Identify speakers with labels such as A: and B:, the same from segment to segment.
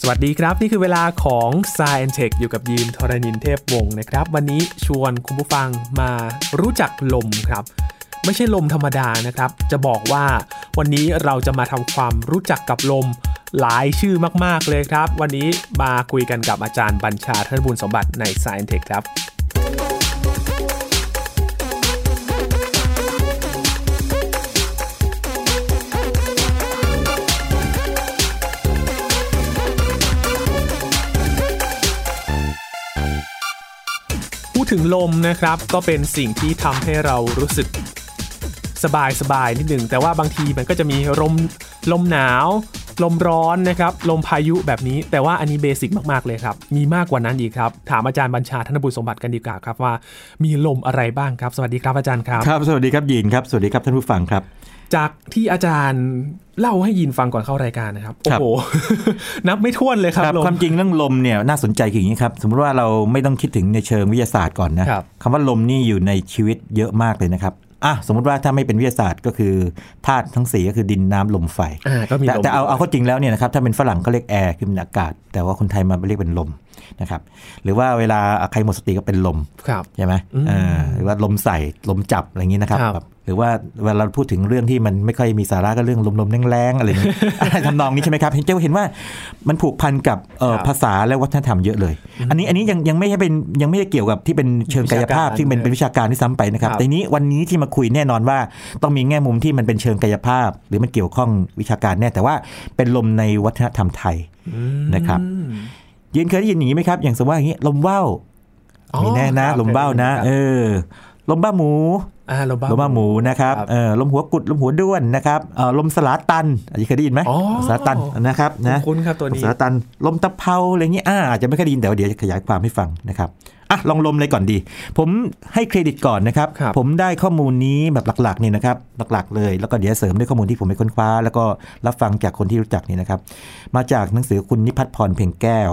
A: สวัสดีครับ นี่คือเวลาของ s ซ i e n t e c h อยู่กับยีนทรณินเทพวงศ์นะครับ วันนี้ชวนคุณผู้ฟังมารู้จักลมครับ ไม่ใช่ลมธรรมดานะครับ จะบอกว่าวันนี้เราจะมาทำความรู้จักกับลมหลายชื่อมาก ๆ เลยครับ วันนี้มาคุยกันกับอาจารย์บัญชาเทิดบุญสมบัติใน s ซ i e n t e c h ครับ พูดถึงลมนะครับก็เป็นสิ่งที่ทำให้เรารู้สึกสบายสบายนิดหนึ่งแต่ว่าบางทีมันก็จะมีลมลมหนาว ลมร้อนนะครับ ลมพายุแบบนี้ แต่ว่าอันนี้เบสิกมาก ๆ เลยครับ มีมากกว่านั้นอีกครับ ถามอาจารย์บัญชาธนบุญสมบัติกันดีกว่าครับว่ามีลมอะไรบ้างครับ สวัสดีครับอาจารย์ครับ
B: ครับ สวัสดีครับยีนครับ สวัสดีครับท่านผู้ฟังครับ
A: จากที่อาจารย์เล่าให้ยินฟังก่อนเข้ารายการนะครับโอ้โห นับไม่ถ้วนเลยครับลม
B: ความจริงเรื่องลมเนี่ยน่าสนใจคืออย่างนี้ครับ สมมติว่าเราไม่ต้องคิดถึงในเชิงวิทยาศาสตร์ก่อนนะครับ ว่าลมนี่อยู่ในชีวิตเยอะมากเลยนะครับอ่ะสมมติว่าถ้าไม่เป็นวิทยาศาสตร์ก็คือธาตุทั้งสี่ก็คือดินน้ำลมไฟ
A: อ่าก็มี
B: แต่
A: ลม
B: แต่เอาเอาเข้อจริงแล้วเนี่ยนะครับถ้าเป็นฝรั่งก็เรียกแอร์คือเป็นอากาศ แต่ว่าคนไทยมาเรียกเป็นลมนะครับหรือว่าเวลาใครหมดสติก็เป็นลม
A: ครับ
B: ใช่ไหม
A: อืม
B: อ่าหรือว่าลมใส่ลมจับอะไรอย่างนี้นะครับ
A: ครับ
B: แบบหรือว่าเวลาเราพูดถึงเรื่องที่มันไม่ค่อยมีสาระก็เรื่องลมๆแรงๆอะไรอย่าง นี้ อะไรทำนองนี้ใช่ไหมครับ เห็นเจ้าเห็นว่ามันผูกพันกับเอ่อภาษาและวัฒนธรรมเยอะเลย อันนี้อันนี้ยังยังไม่ใช่เป็นยังไม่ได้เกี่ยวกับที่เป็นเชิงกายภาพที่เป็นเป็นวิชาการที่ซ้ำไปนะครับ แต่ทีนี้วันนี้ที่มาคุยแน่นอนว่าต้องมีแง่มุมที่มันเป็นเชิงกายภาพ หรือมันเกี่ยวข้องวิชาการแน่แต่ว่าเป็นลมในวัฒนธรรมไทย นะครับ
A: อืม
B: ยินเคยได้ยินอย่างนี้ไหมครับ อย่างสมมติว่าอย่างนี้ลมว่าว
A: อ๋อ
B: มีแน่นะครับลมว่าวนะ
A: เคยได้ยินครับ
B: เออ ลมบ้าหมู
A: อ่าลมบ้า
B: ลมบ้าหมูนะครับ
A: ครับ
B: เออลมหัวกุด ลมหัวด้วนนะครับเออลมสลาตันอันนี้เคยได้ยินไหม
A: อ๋อ
B: สลาตันนะครับนะ
A: คุ้นๆครับตัว
B: ลม
A: นี้
B: สลาตัน ลมตะเภาอะไรเงี้ยอ่าอาจจะไม่เคยได้ยินแต่ว่าเดี๋ยวจะขยายความให้ฟังนะครับอ่ะลองลมเลยก่อนดี ผมให้เครดิตก่อนนะครับ
A: ครับ
B: ผมได้ข้อมูลนี้แบบหลักๆนี่นะครับหลักๆ เลยแล้วก็เดี๋ยวเสริมด้วยข้อมูลที่ผมไปค้นคว้า แล้วก็รับฟังจากคนที่รู้จักนี่นะครับ มาจากหนังสือคุณนิพัฒน์พรเพ็งแก้ว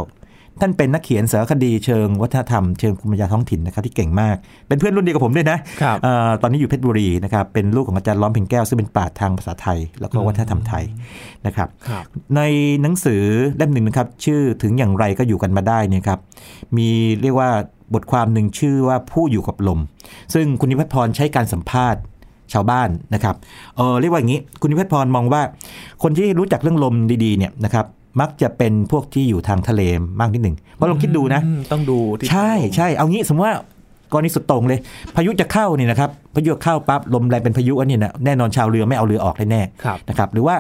B: ท่านเป็นนักเขียนสารคดีเชิงวัฒนธรรมเชิงภูมิปัญญาท้องถิ่นนะครับที่เก่งมาก เป็นเพื่อนรุ่นเดียวกับผมด้วยนะครับ เอ่อตอนนี้อยู่เพชรบุรีนะครับเป็นลูกของอาจารย์ล้อมเพ็งแก้วซึ่งเป็นปราชญ์ทางภาษาไทย แล้วก็วัฒนธรรมไทยนะครับ
A: ครับ
B: ในหนังสือเล่มหนึ่งนะครับ ชื่อถึงอย่างไรก็อยู่กันมาได้เนี่ยครับมีเรียกว่าบทความหนึ่งชื่อว่าผู้อยู่กับลม ซึ่งคุณนิพัฒน์พรใช้การสัมภาษณ์ชาวบ้านนะครับเออเรียกว่าอย่างนี้คุณนิพัฒน์พรมองว่า คนที่รู้จักเรื่องลมดีๆเนี่ยนะครับมักจะเป็นพวกที่อยู่ทางทะเลมากนิดหนึ่งเพราะลองคิดดูนะ
A: อืมต้องดูที่
B: ใช่ใช่เอางี้สมมติว่ากรณีสุดโตรงเลย พายุจะเข้าเนี่ยนะครับพายุเข้าปั๊บลมแรงเป็นพายุอันนี้นะแน่นอนชาวเรือไม่เอาเรือออกแน่ๆ
A: ครับ
B: นะครับหรือว่า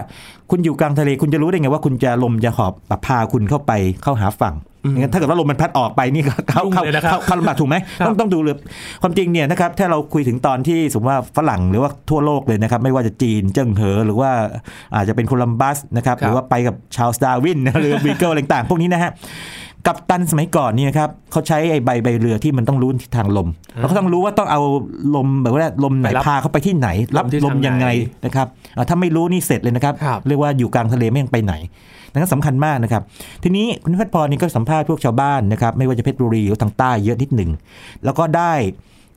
B: คุณอยู่กลางทะเลคุณจะรู้ได้ไงว่าคุณจะลมจะหอบแบบพาคุณเข้าไปเข้าหาฝั่ง
A: อืม
B: งั้นถ้าเกิดว่าลมมันพัดออกไปนี่ก็เข้า
A: ยุ่ง
B: เข้า
A: เลยนะครับ
B: เข้าเข้าลำบากถูกไหม
A: ครับ
B: ต้องต้องดูเรือความจริงเนี่ยนะครับถ้าเราคุยถึงตอนที่สมมติว่าฝรั่งหรือว่าทั่วโลกเลยนะครับไม่ว่าจะจีนเจิ้งเหอ หรือว่าอาจจะเป็นโคลัมบัสนะครับ
A: ครับ
B: หรือว่าไปกับชาร์ลส์ดาร์วินนะห รือบีเกิลอะไรต่างๆพวกนี้นะฮะกับตันสมัยก่อนนี่นะครับเขาใช้ไอ้ใบใบเรือที่มันต้องรู้ทิศทางลมแล้วก็ต้องรู้ว่าต้องเอาลมแบบว่าลมไหนพาเขาไปที่ไหน รับ
A: ลมที่
B: ลม
A: ทาง
B: ยังไง
A: ไหน
B: นะครับอ่าถ้าไม่รู้นี่เสร็จเลยนะครับ
A: ครับ
B: เรียกว่าอยู่กลางทะเลไม่ยังไปไหนดังนั้นสำคัญมากนะครับ ทีนี้คุณพัฒน์พรนี่ก็สัมภาษณ์พวกชาวบ้านนะครับ ไม่ว่าจะเพชรบุรีหรือทางใต้เยอะนิดหนึ่ง แล้วก็ได้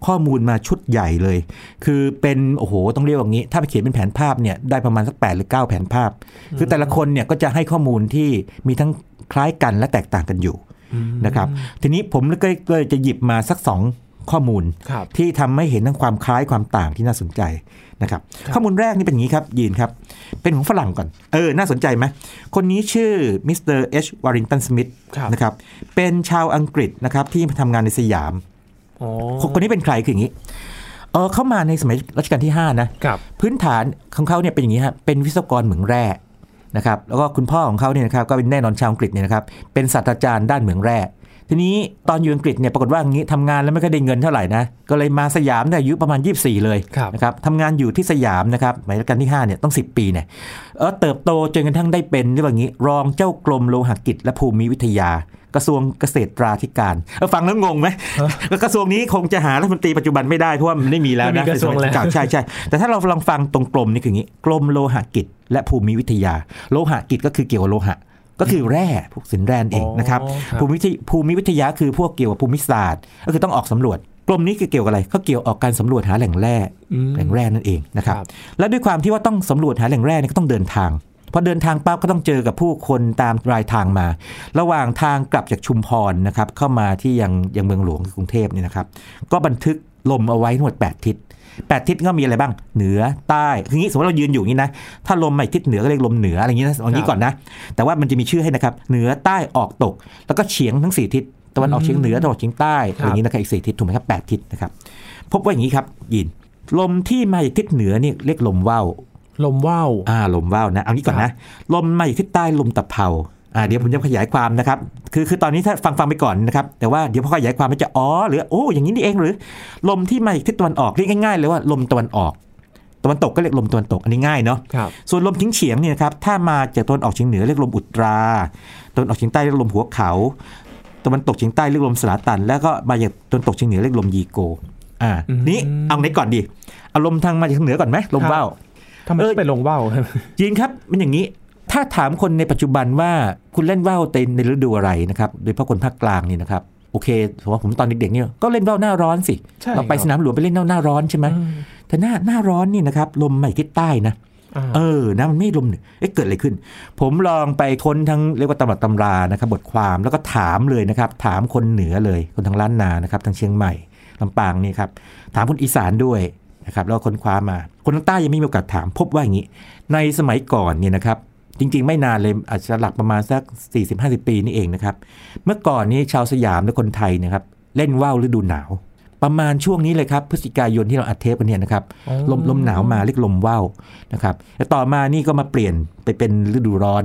B: ข้อมูลมาชุดใหญ่เลย คือเป็นโอ้โหต้องเรียกว่างี้ ถ้าไปเขียนเป็นแผนภาพเนี่ยได้ประมาณสัก 8 หรือ 9 แผนภาพ คือแต่ละคนเนี่ยก็จะให้ข้อมูลที่มีทั้งคล้ายกันและแตกต่างกันอยู่
A: อืม
B: นะครับทีนี้ผมก็เลยจะหยิบมาสักสองข้อมูล
A: ครับ
B: ที่ทำให้เห็นทั้งความคล้ายความต่างที่น่าสนใจนะครับ
A: ครับ
B: ข้อมูลแรกนี่เป็นอย่างนี้ครับยีนครับ เป็นของฝรั่งก่อน เออ น่าสนใจไหมคนนี้ชื่อมิสเตอร์เอชวาริงตันสมิธ
A: ครับ
B: นะครับเป็นชาวอังกฤษนะครับที่ทำงานในสยาม
A: อ๋อ
B: คนคนนี้เป็นใครคืออย่างนี้เออเข้ามาในสมัยรัชกาลที่ 5 นะ
A: ครับ
B: พื้นฐานของเขาเนี่ยเป็นอย่างนี้ฮะเป็นวิศวกรเหมืองแร่นะครับแล้วก็คุณพ่อของเขาเนี่ยนะครับก็เป็นแน่นอนชาวอังกฤษเนี่ยนะครับเป็นศาสตราจารย์ด้านเหมืองแร่ทีนี้ตอนอยู่อังกฤษเนี่ยปรากฏว่าอย่างนี้ทำงานแล้วไม่ค่อยได้เงินเท่าไหร่นะก็เลยมาสยามเนี่ยอายุประมาณ 24 เลย
A: ครับ
B: นะครับทำงานอยู่ที่สยามนะครับหมายรัชกาลที่5เนี่ยต้อง 10 ปีเนี่ยเออเติบโตจนกระทั่งได้เป็นเรียกว่าอย่างนี้รองเจ้ากรมโลหกิจและภูมิวิทยา กระทรวงเกษตรตราธิการเออฟังแล้วงงไหม กระทรวงนี้คงจะหารัฐมนตรีปัจจุบันไม่ได้เพราะว่ามันไม่มีแล้ว
A: ไม่มี
B: นะ
A: กระทรวงแล้ว
B: เก่า ใช่ใช่แต่ถ้าเราลองฟังตรงกลมนี่คืออย่างนี้กลมโลหะกิจ และภูมิวิทยา โลหะกิจก็คือเกี่ยวกับโลหะ ก็คือแร่พวกสินแร่นเองนะครับ
A: อ๋อ
B: ภูมิวิทยภูมิวิทยาคือพวกเกี่ยวกับภูมิศาสตร์ ก็คือต้องออกสำรวจ กลมนี้คือเกี่ยวกับอะไรก็เกี่ยวออกการสำรวจหาแหล่งแร่
A: อืม
B: แหล่งแร่นั่นเองนะครับ
A: ครับ
B: และด้วยความที่ว่าต้องสำรวจหาแหล่งแร่เนี่ยก็ต้องเดินทาง พอเดินทางปั๊บก็ต้องเจอกับผู้คนตามรายทางมา ระหว่างทางกลับจากชุมพรนะครับ เข้ามาที่ยังยังเมืองหลวงคือกรุงเทพเนี่ยนะครับ ก็บันทึกลมเอาไว้ทั้งหมด 8 ทิศ 8 ทิศก็มีอะไรบ้าง เหนือใต้คืออย่างนี้สมมติเรายืนอยู่อย่างนี้นะ ถ้าลมมาอีกทิศเหนือก็เรียกลมเหนืออะไรอย่างนี้นะเอาอย่างนี้ก่อนนะ แต่ว่ามันจะมีชื่อให้นะครับ เหนือใต้ออกตก แล้วก็เฉียงทั้ง 4 ทิศ ตะวันออกเฉียงเหนือตะวันออกเฉียงใต้
A: ครับ
B: อย่างนี้นะครับ อีก 4 ทิศถูกไหมครับ 8 ทิศนะครับ พบว่าอย่างนี้ครับยิน ลมที่มาจากทิศเหนือเนี่ยเรียกลมว่าว
A: ลมว่าว
B: อ่าลมว่าวนะเอางี้ก่อนนะลมมาอยู่ทิศใต้ลมตะเภาอ่าเดี๋ยวผมจะขยายความนะครับคือคือตอนนี้ถ้าฟังฟังไปก่อนนะครับแต่ว่าเดี๋ยวพอขยายความมันจะอ๋อหรือโอ้อย่างนี้นี่เองหรือ ลมที่มาจากทิศตะวันออกเรียกง่ายๆเลยว่าลมตะวันออก ตะวันตกก็เรียกลมตะวันตกอันนี้ง่ายเนาะ
A: ครับ
B: ส่วนลมทิ้งเฉียงเนี่ยนะครับถ้ามาจากตะวันออกเฉียงเหนือเรียกลมอุตราตะวันออกเฉียงใต้เรียกลมหัวเขา ตะวันตกเฉียงใต้เรียกลมสลาตัน แล้วก็มาจากตะวันตกเฉียงเหนือเรียกลมยีโกอ่า
A: อืม
B: นี้เอาไหนก่อนดีเอาลมทางมาจากเหนือก่อนไหมลมว่าว
A: ทำไม
B: เอ้ย
A: ต้องเป็นลมว่าวครับ
B: จีนครับมันอย่างนี้ถ้าถามคนในปัจจุบันว่าคุณเล่นว่าวในในฤดูอะไรนะครับโดยเฉพาะคนภาคกลางนี่นะครับโอเคผมว่าผมตอนเด็กๆเนี่ยก็เล่นว่าวหน้าร้อนสิ
A: ใช่
B: เราไป
A: ครับ
B: สนามหลวงไปเล่นว่าวหน้าร้อนใช่ไหม
A: อืม
B: แต่หน้าหน้าร้อนนี่นะครับลมมาจากทิศใต้นะ
A: อ่า
B: เออ นะ มันไม่ลมเหนือเอ๊ะเกิดอะไรขึ้น ผมลองไปค้นทั้งเรียกว่าตำรับตำรา นะครับ บทความ แล้วก็ถามเลยนะครับ ถามคนเหนือเลย คนทางล้านนา นะครับ ทางเชียงใหม่ ลำปางนี่ครับ ถามคนอีสานด้วยนะครับ แล้วก็ค้นคว้ามา คนทางใต้ยังไม่มีโอกาสถาม พบว่าอย่างนี้ ในสมัยก่อนเนี่ยนะครับ จริง ๆ ไม่นานเลย อาจจะหลักประมาณสัก 40-50 ปีนี่เองนะครับ เมื่อก่อนนี้ชาวสยามและคนไทยเนะครับ เล่นว่าวฤดูหนาว ประมาณช่วงนี้เลยครับ พฤศจิกายนที่เราอัดเทปกันเนี่ยนะครับ
A: อ๋อ
B: ลมลมหนาวมาเรียกลมว่าวนะครับแต่ต่อมานี่ก็มาเปลี่ยนไปเป็นฤดูร้อน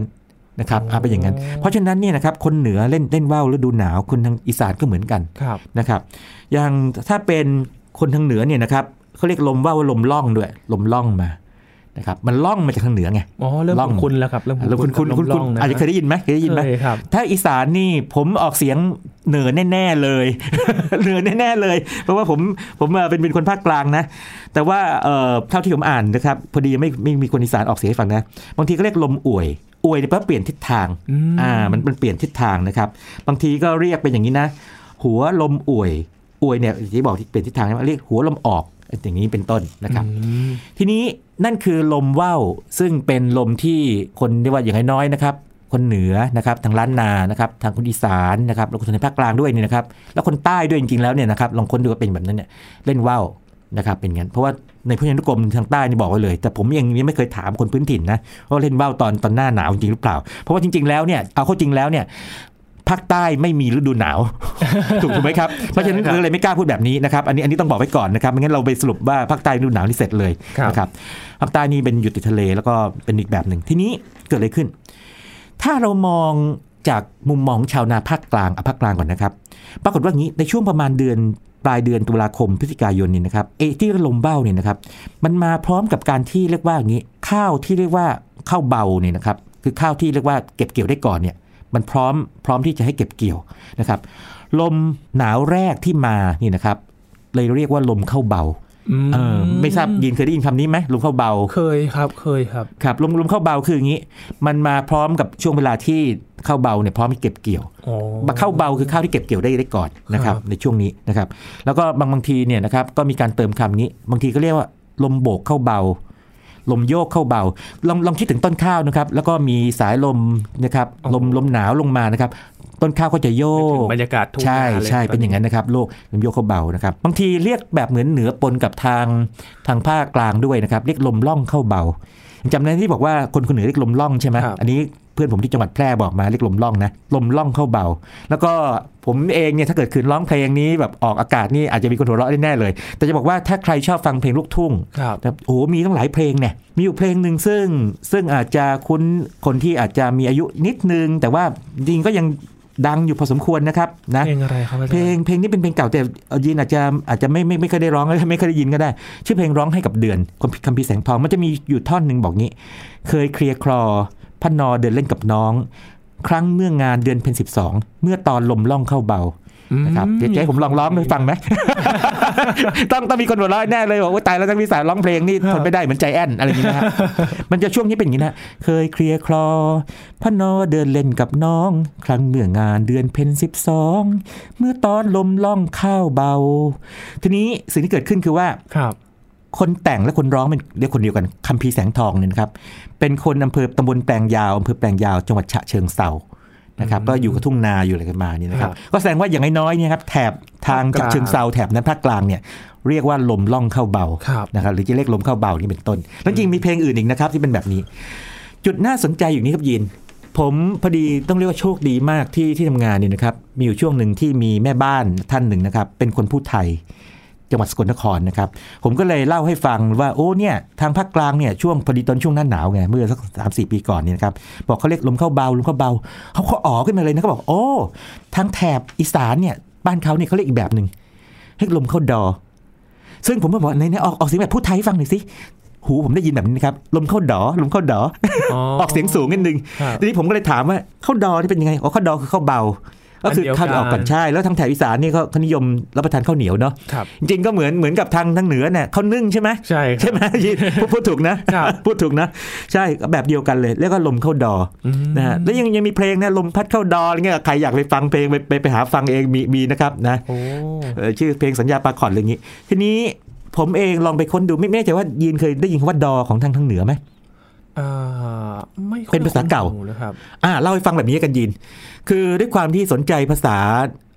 B: นะครับเอาเป็นอย่างนั้น เพราะฉะนั้นเนี่ยนะครับคนเหนือเล่นเล่นว่าวฤดูหนาวคนทางอีสานก็เหมือนกัน
A: ครับ
B: นะครับ อย่างถ้าเป็นคนทางเหนือเนี่ยนะครับเขาเรียกลมว่าวว่าลมล่องด้วย ลมล่องมานะครับ มันล่องมาจากทางเหนือไง
A: อ๋อ เริ่ม
B: ล่อง
A: คุ้นๆแล้วครับ เริ่ม
B: แล้ว
A: คุ้
B: คุ
A: น
B: ณ
A: ๆกับ
B: คุณคุณ
A: ลม
B: คุ
A: ล่
B: ณ
A: องนะ
B: อาจจะเคยได้ยินไหมเคยได้ยินไหม
A: เคยครับ
B: ถ้าอีสานนี่ผมออกเสียงเหนือแน่ๆเลย เหนือแน่ๆเลย เพราะว่าผมผมเอ่อเป็นเป็นคนภาคกลางนะ แต่ว่าเอ่อเท่าที่ผมอ่านนะครับพอดีไม่ไม่มีคนอีสานออกเสียงให้ฟังนะบางทีก็เรียกลมอ่วยอ่วยเนี่ยแปลว่าเปลี่ยนทิศทาง
A: อืม
B: มันมันเปลี่ยนทิศทางนะครับ บางทีก็เรียกเป็นอย่างนี้นะ หัวลมอ่วยอ่วยเนี่ยที่บอกที่เปลี่ยนทิศทางใช่ไหมเรียกหัวลมออกอย่างนี้เป็นต้นนะครับ
A: อืม
B: ทีนี้นั่นคือลมว่าวซึ่งเป็นลมที่คนเรียกว่าอย่างน้อยๆนะครับ คนเหนือนะครับทางล้านนานะครับทางคนอีสานนะครับแล้วก็คนในภาคกลางด้วยนี่นะครับ แล้วคนใต้ด้วยจริงๆแล้วเนี่ยนะครับลองค้นดูว่าเป็นแบบนั้นเนี่ยเล่นว่าวนะครับเป็นงั้นเพราะว่าในพจนานุกรมทางใต้นี่บอกไว้เลย แต่ผมยังยังไม่เคยถามคนพื้นถิ่นนะว่าเล่นว่าวตอนตอนหน้าหนาวจริงหรือเปล่า เพราะว่าจริง ๆแล้วเนี่ยเอาเข้าจริงแล้วเนี่ยภาคใต้ไม่มีฤดูหนาว ถูกถูกไหมครับเพราะฉะนั้น
A: ใช่ครับ
B: เราเลยไม่กล้าพูดแบบนี้นะครับอันนี้อันนี้ต้องบอกไว้ก่อนนะครับไม่งั้นเราไปสรุปว่าภาคใต้ฤดูหนาวนี่เสร็จเลย
A: ครับ
B: นะครับภาคใต้นี่เป็นอยู่ติดทะเลแล้วก็เป็นอีกแบบหนึ่งทีนี้เกิดอะไรขึ้น ถ้าเรามองจากมุมมองของชาวนาภาคกลางเอาภาคกลางก่อนนะครับ ปรากฏว่างี้ในช่วงประมาณเดือนปลายเดือนตุลาคมพฤศจิกายนนี่นะครับเอที่ลมเบ้าเนี่ยนะครับ มันมาพร้อมกับการที่เรียกว่าอย่างนี้ข้าวที่เรียกว่าข้าวเบาเนี่ยนะครับ คือข้าวที่เรียกว่าเก็บเกี่ยวได้ก่อนเนี่ย มันพร้อมพร้อมที่จะให้เก็บเกี่ยวนะครับ ลมหนาวแรกที่มานี่นะครับ เลยเรียกว่าลมเข้าวเบา
A: ม
B: เออไม่ทราบยินเคยได้ยินคำนี้ไหมลมเข้าเบา
A: เคยครับ เคยครับ
B: ครับลมลมเข้าเบาคืออย่างนี้ มันมาพร้อมกับช่วงเวลาที่เข้าเบาเนี่ยพร้อมที่เก็บเกี่ยว
A: อ๋อ
B: เข้าเบาคือข้าวที่เก็บเกี่ยวได้ได้ก่อนนะค
A: ครั
B: รับ
A: บ
B: ในช่วงนี้นะครับ แล้วก็บางบางทีเนี่ยนะครับก็มีการเติมคำนี้ บางทีก็เรียกว่า ลมโบกเข้าเบา ลมโยกเข้าเบา ลองลองคิดถึงต้นข้าวนะครับ แล้วก็มีสายลมนะครับลมลมหนาวลงมานะครับ ต้นข้าวก็จะโย
A: ถึ
B: ก
A: งบรรยากาศทุ่ง
B: ใช่
A: นาล
B: ใช่เป็นอย่างนั้นนะครับโลกลมโยกเข้าเบานะครับบางทีเรียกแบบเหมือนเหนือปนกับทางทางภาคกลางด้วยนะครับ เรียกลมล่องเข้าเบาจำได้ที่บอกว่าคนคนเหนือเรียกลมล่องใช่ไหม
A: ครับ
B: อันนี้เพื่อนผมที่จังหวัดแพร่บอกมาเรียกลมล่องนะลมล่องเข้าเบา แล้วก็ผมเองเนี่ยถ้าเกิดคืนร้องเพลงนี้แบบออกอากาศนี่อาจจะมีคนหัวเราะแน่ๆเลย แต่จะบอกว่าถ้าใครชอบฟังเพลงลูกทุ่ง
A: ครับ
B: ครับโอ้โหมีตั้งหลายเพลงเนี่ย มีอยู่เพลงหนึ่งซึ่งซึ่งอาจจะคุ้นคนที่อาจจะมีอายุนิดนึง แต่ว่าจริงก็ยังดังอยู่พอสมควรนะครับนะ
A: เพลงอะไรครับอาจารย์
B: เพลงเพลงนี้เป็นเพลงเก่าแต่ยินอาจจะอาจจะไม่ไม่ไม่เคยได้ร้อง ไม่เคยได้ยินก็ได้ ชื่อเพลงร้องให้กับเดือนคำพิคำพิแสงทองมันจะมีอยู่ท่อนหนึ่งบอกงี้ เคยเคลียร์คลอพนอเดินเล่นกับน้อง ครั้งเมื่องานเดือนเพ็ญสิบสองเมื่อตอนลมล่องเข้าเบา นะครับเดี๋ยวจะให้ผมลองร้องไป ฟังไหม ต้องต้องมีคนหัวเราะแน่เลยบอกว่าตายแล้วจังพี่สาวร้องเพลงนี่ทนไม่ได้เหมือนใจแอนอะไรอย่างนี้ นะฮะ มันจะช่วงนี้เป็นอย่างนี้นะ เคยเคลียร์คลอพนอเดินเล่นกับน้อง ครั้งเมื่องานเดือนเพ็ญสิบสองเมื่อตอนลมล่องข้าวเบา ทีนี้สิ่งที่เกิดขึ้นคือว่า
A: ครับ
B: คนแต่งและคนร้องเป็นเรียกคนเดียวกันคัมภีร์แสงทองเนี่ยนะครับ เป็นคนอำเภอตำบลแปลงยาวอำเภอแปลงยาวจังหวัดฉะเชิงเซานะครับ ก็อยู่กับทุ่งนาอยู่อะไรกันมาเนี่ยนะครับ
A: ครับ
B: ก็แสดงว่าอย่างน้อยๆเนี่ยครับแถบทาง
A: ภาคกลาง
B: ฉะเชิงเซาแถบนั้นภาคกลางเนี่ยเรียกว่าลมล่องเข้าเบา
A: ครับ
B: นะครับหรือจะเรียกลมเข้าเบานี่เป็นต้นแล้วจริงมีเพลงอื่นอีกนะครับที่เป็นแบบนี้ จุดน่าสนใจอยู่นี้ครับยิน ผมพอดีต้องเรียกว่าโชคดีมากที่ที่ทำงานเนี่ยนะครับ มีอยู่ช่วงหนึ่งที่มีแม่บ้านท่านหนึ่งนะครับ เป็นคนพูดไทย จังหวัดสกลนครนะครับ ผมก็เลยเล่าให้ฟังว่าโอ้เนี่ยทางภาคกลางเนี่ยช่วงพอดีตอนช่วงหน้าหนาวไงเมื่อสักสามสี่ปีก่อนเนี่ยนะครับบอกเขาเรียกลมเข้าเบาลมเข้าเบาเขาก็อ๋อขึ้นมาเลยนะเขาบอกโอ้ทางแถบอีสานเนี่ยบ้านเขาเนี่ยเขาเรียกอีกแบบหนึ่งเรียกลมเข้าดอ ซึ่งผมก็บอกในในออกออกเสียงแบบพูดไทยให้ฟังหน่อยสิหูผมได้ยินแบบนี้นะครับลมเข้าดอลมเข้าดอ
A: อ๋อ
B: ออกเสียงสูงนิดนึง
A: ครับ
B: ทีนี้ผมก็เลยถามว่าข้าวดอนี่เป็นยังไง อ๋อข้าวดอคือข้าวเบา ก็คือ
A: อันเดียวกัน
B: ข้าวออกก่อนใช่ แล้วทางแถบอีสานนี่เขาเขานิยมรับประทานข้าวเหนียวเนาะ
A: ครับ
B: จริงๆก็เหมือนเหมือนกับทางทางเหนือเนี่ยข้าวนึ่งใช่ไหม
A: ใช่ครับ
B: ใช่ไหม ยินพูดพูดถูกนะ
A: ครับ
B: พูดถูกนะ ใช่แบบเดียวกันเลย แล้วก็ลมเข้าดอ
A: อืม
B: นะฮะ แล้วยังยังมีเพลงนะลมพัดเข้าดออะไรเงี้ย ใครอยากไปฟังเพลงไปไปไปหาฟังเองมีมีนะครับนะ
A: โอ้
B: เอ่อชื่อเพลงสัญญาปลาขอดอะไรอย่างนี้ ทีนี้ผมเองลองไปค้นดูไม่ไม่แน่ใจว่ายินเคยได้ยินคำว่าดอของทางทางเหนือไหม
A: อ่าไม่ค่อย
B: เป็นภาษาเก่า
A: คุ้นหูนะครับ
B: อ่าเล่าให้ฟังแบบนี้กันยิน คือด้วยความที่สนใจภาษา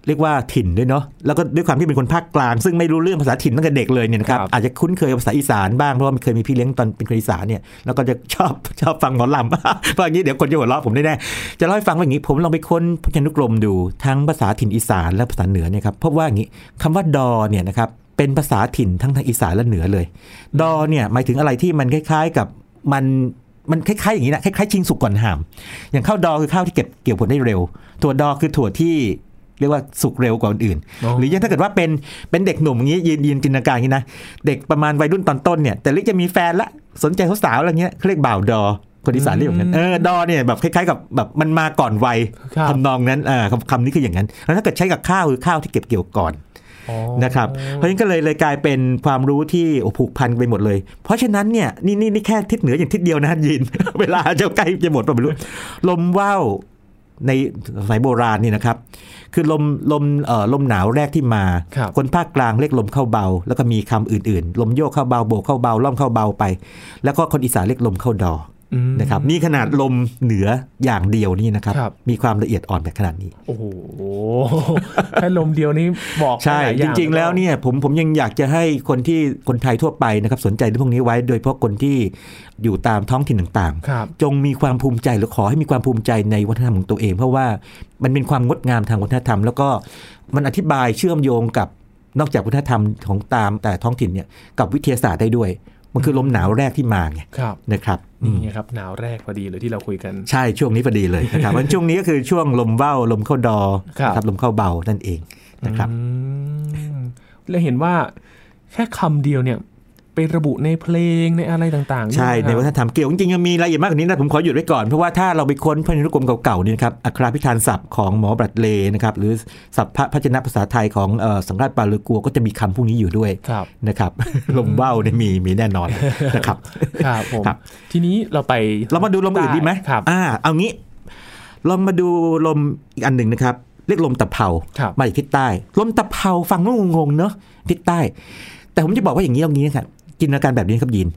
B: เรียกว่าถิ่นด้วยเนาะ แล้วก็ด้วยความที่เป็นคนภาคกลาง ซึ่งไม่รู้เรื่องภาษาถิ่นตั้งแต่เด็กเลยเนี่ยนะครับ
A: ครับ
B: อาจจะคุ้นเคยกับภาษาอีสานบ้าง เพราะว่าเคยมีพี่เลี้ยงตอนเป็นคนอีสานเนี่ย แล้วก็จะ ชอบ ชอบฟังหมอลำ เพราะอย่างนี้เดี๋ยวคนจะหัวเราะผมแน่ๆจะเล่าให้ฟังว่าอย่างนี้ ผมลองไปค้นพจนานุกรมดูทั้งภาษาถิ่นอีสานและภาษาเหนือเนี่ยครับพบว่าอย่างนี้คำว่าดอเนี่ยนะครับ เป็นภาษาถิ่นทั้งทางอีสานและเหนือเลย ดอเนี่ยหมายถึงอะไรที่มันคล้ายๆกับมันมันคล้ายๆอย่างนี้นะคล้ายๆชิงสุกก่อนหาม อย่างข้าวดอคือข้าวที่เก็บเกี่ยวผลได้เร็ว ถั่วดอคือถั่วที่เรียกว่าสุกเร็วกว่าคนอื่น
A: อ๋อ
B: หรือยังถ้าเกิดว่าเป็นเป็นเด็กหนุ่มอย่างนี้ยืนยืนจินตนาการอย่างนี้นะ เด็กประมาณวัยรุ่นตอนต้นเนี่ยแต่เล็กจะมีแฟนละสนใจสาวๆอะไรเงี้ยเขาเรียกบ่าวดอ คนอีสานเรียกอย่างนั้นเออดอเนี่ยแบบคล้ายๆกับแบบมันมาก่อนวัย
A: ครับ
B: ทำนองนั้นอ่าคำคำนี้คืออย่างนั้นแล้วถ้าเกิดใช้กับข้าวคือข้าวที่เก็บเกี่ยวก่อน
A: อ๋อ
B: นะครับเพราะฉะนั้นก็เลยเลยกลายเป็นความรู้ที่โอ้ผูกพันไปหมดเลย เพราะฉะนั้นเนี่ยนี่นี่นี่แค่ทิศเหนืออย่างทิศเดียวนะยิน เวลาจะใกล้จะหมดเปล่าไม่รู้ ลมว่าวในสมัยโบราณนี่นะครับ คือลมลมเอ่อลมหนาวแรกที่มา
A: ครับ
B: นภาคกลางเรียกลมเข้าเบา แล้วก็มีคำอื่นๆ ลมโยกเข้าเบาโบกเข้าเบาล่อมเข้าเบาไป แล้วก็คนอีสานเรียกลมเข้าดอ
A: อืม
B: นะครับนี่ขนาดลมเหนืออย่างเดียวนี่นะครับ
A: ครับ
B: มีความละเอียดอ่อนแบบขนาดนี้
A: โอ้โหแค่ลมเดียวนี้บอก
B: ใช่
A: หลายอ
B: จ
A: ย่า
B: ริง ๆ แล้วเนี่ยผมผมยังอยากจะให้คนที่คนไทยทั่วไปนะครับสนใจเรื่องพวกนี้ไว้ โดยเฉพาะคนที่อยู่ตามท้องถิ่นต่าง
A: ครับ
B: จงมีความภูมิใจหรือขอให้มีความภูมิใจในวัฒนธรรมของตัวเอง เพราะว่ามันเป็นความงดงามทางวัฒนธรรม แล้วก็มันอธิบายเชื่อมโยงกับนอกจากวัฒนธรรมของตามแต่ท้องถิ่นเนี่ยกับวิทยาศาสตร์ได้ด้วย มันคือลมหนาวแรกที่มาไง
A: ครับ
B: นะครับอืม
A: นี่ครับหนาวแรกพอดีเลยที่เราคุยกัน
B: ใช่ช่วงนี้พอดีเลย นะครับวันช่วงนี้ก็คือช่วงลมเว้าลมเข้าดอ
A: ครับ
B: นะลมเข้าเบานั่นเองนะครับ
A: อืมแล้วเห็นว่าแค่คำเดียวเนี่ยไประบุในเพลงในอะไรต่างๆ
B: ใช่ใน
A: ด้ยะ
B: วัฒนธรรมเกี่ยวจริงๆยังมีรายละเอียดมากกว่านี้นะผมขอหยุดไว้ก่อน เพราะว่าถ้าเราไปค้นพจนานุกรมเก่าๆเนี่ยนะครับอัคราพิธานศัพท์ของหมอบรัดเลย์นะครับหรือศัพท์พระพจนภาษาไทยของเอ่อสังกัดปาลือกัวก็จะมีคำพวกนี้อยู่ด้วย
A: ครับ
B: นะครับ ลมเบ้าเนี่ยมีมีแน่นอนนะครับ
A: ครับผม
B: ครับ
A: ทีนี้เราไป
B: เรามาดูลมอื่นดีไหม
A: ครับ
B: อ่าเอางี้ลองมาดูลมอีกอันหนึ่งนะครับ เรียกลมตะเภา
A: ครับ
B: มาจากทิศใต้ ลมตะเภาฟังแล้วงงๆเนาะทิศใต้ แต่ผมจะบอกว่าอย่างนี้อย่างนี้นะครับจินตนาการแบบนี้ครับยิน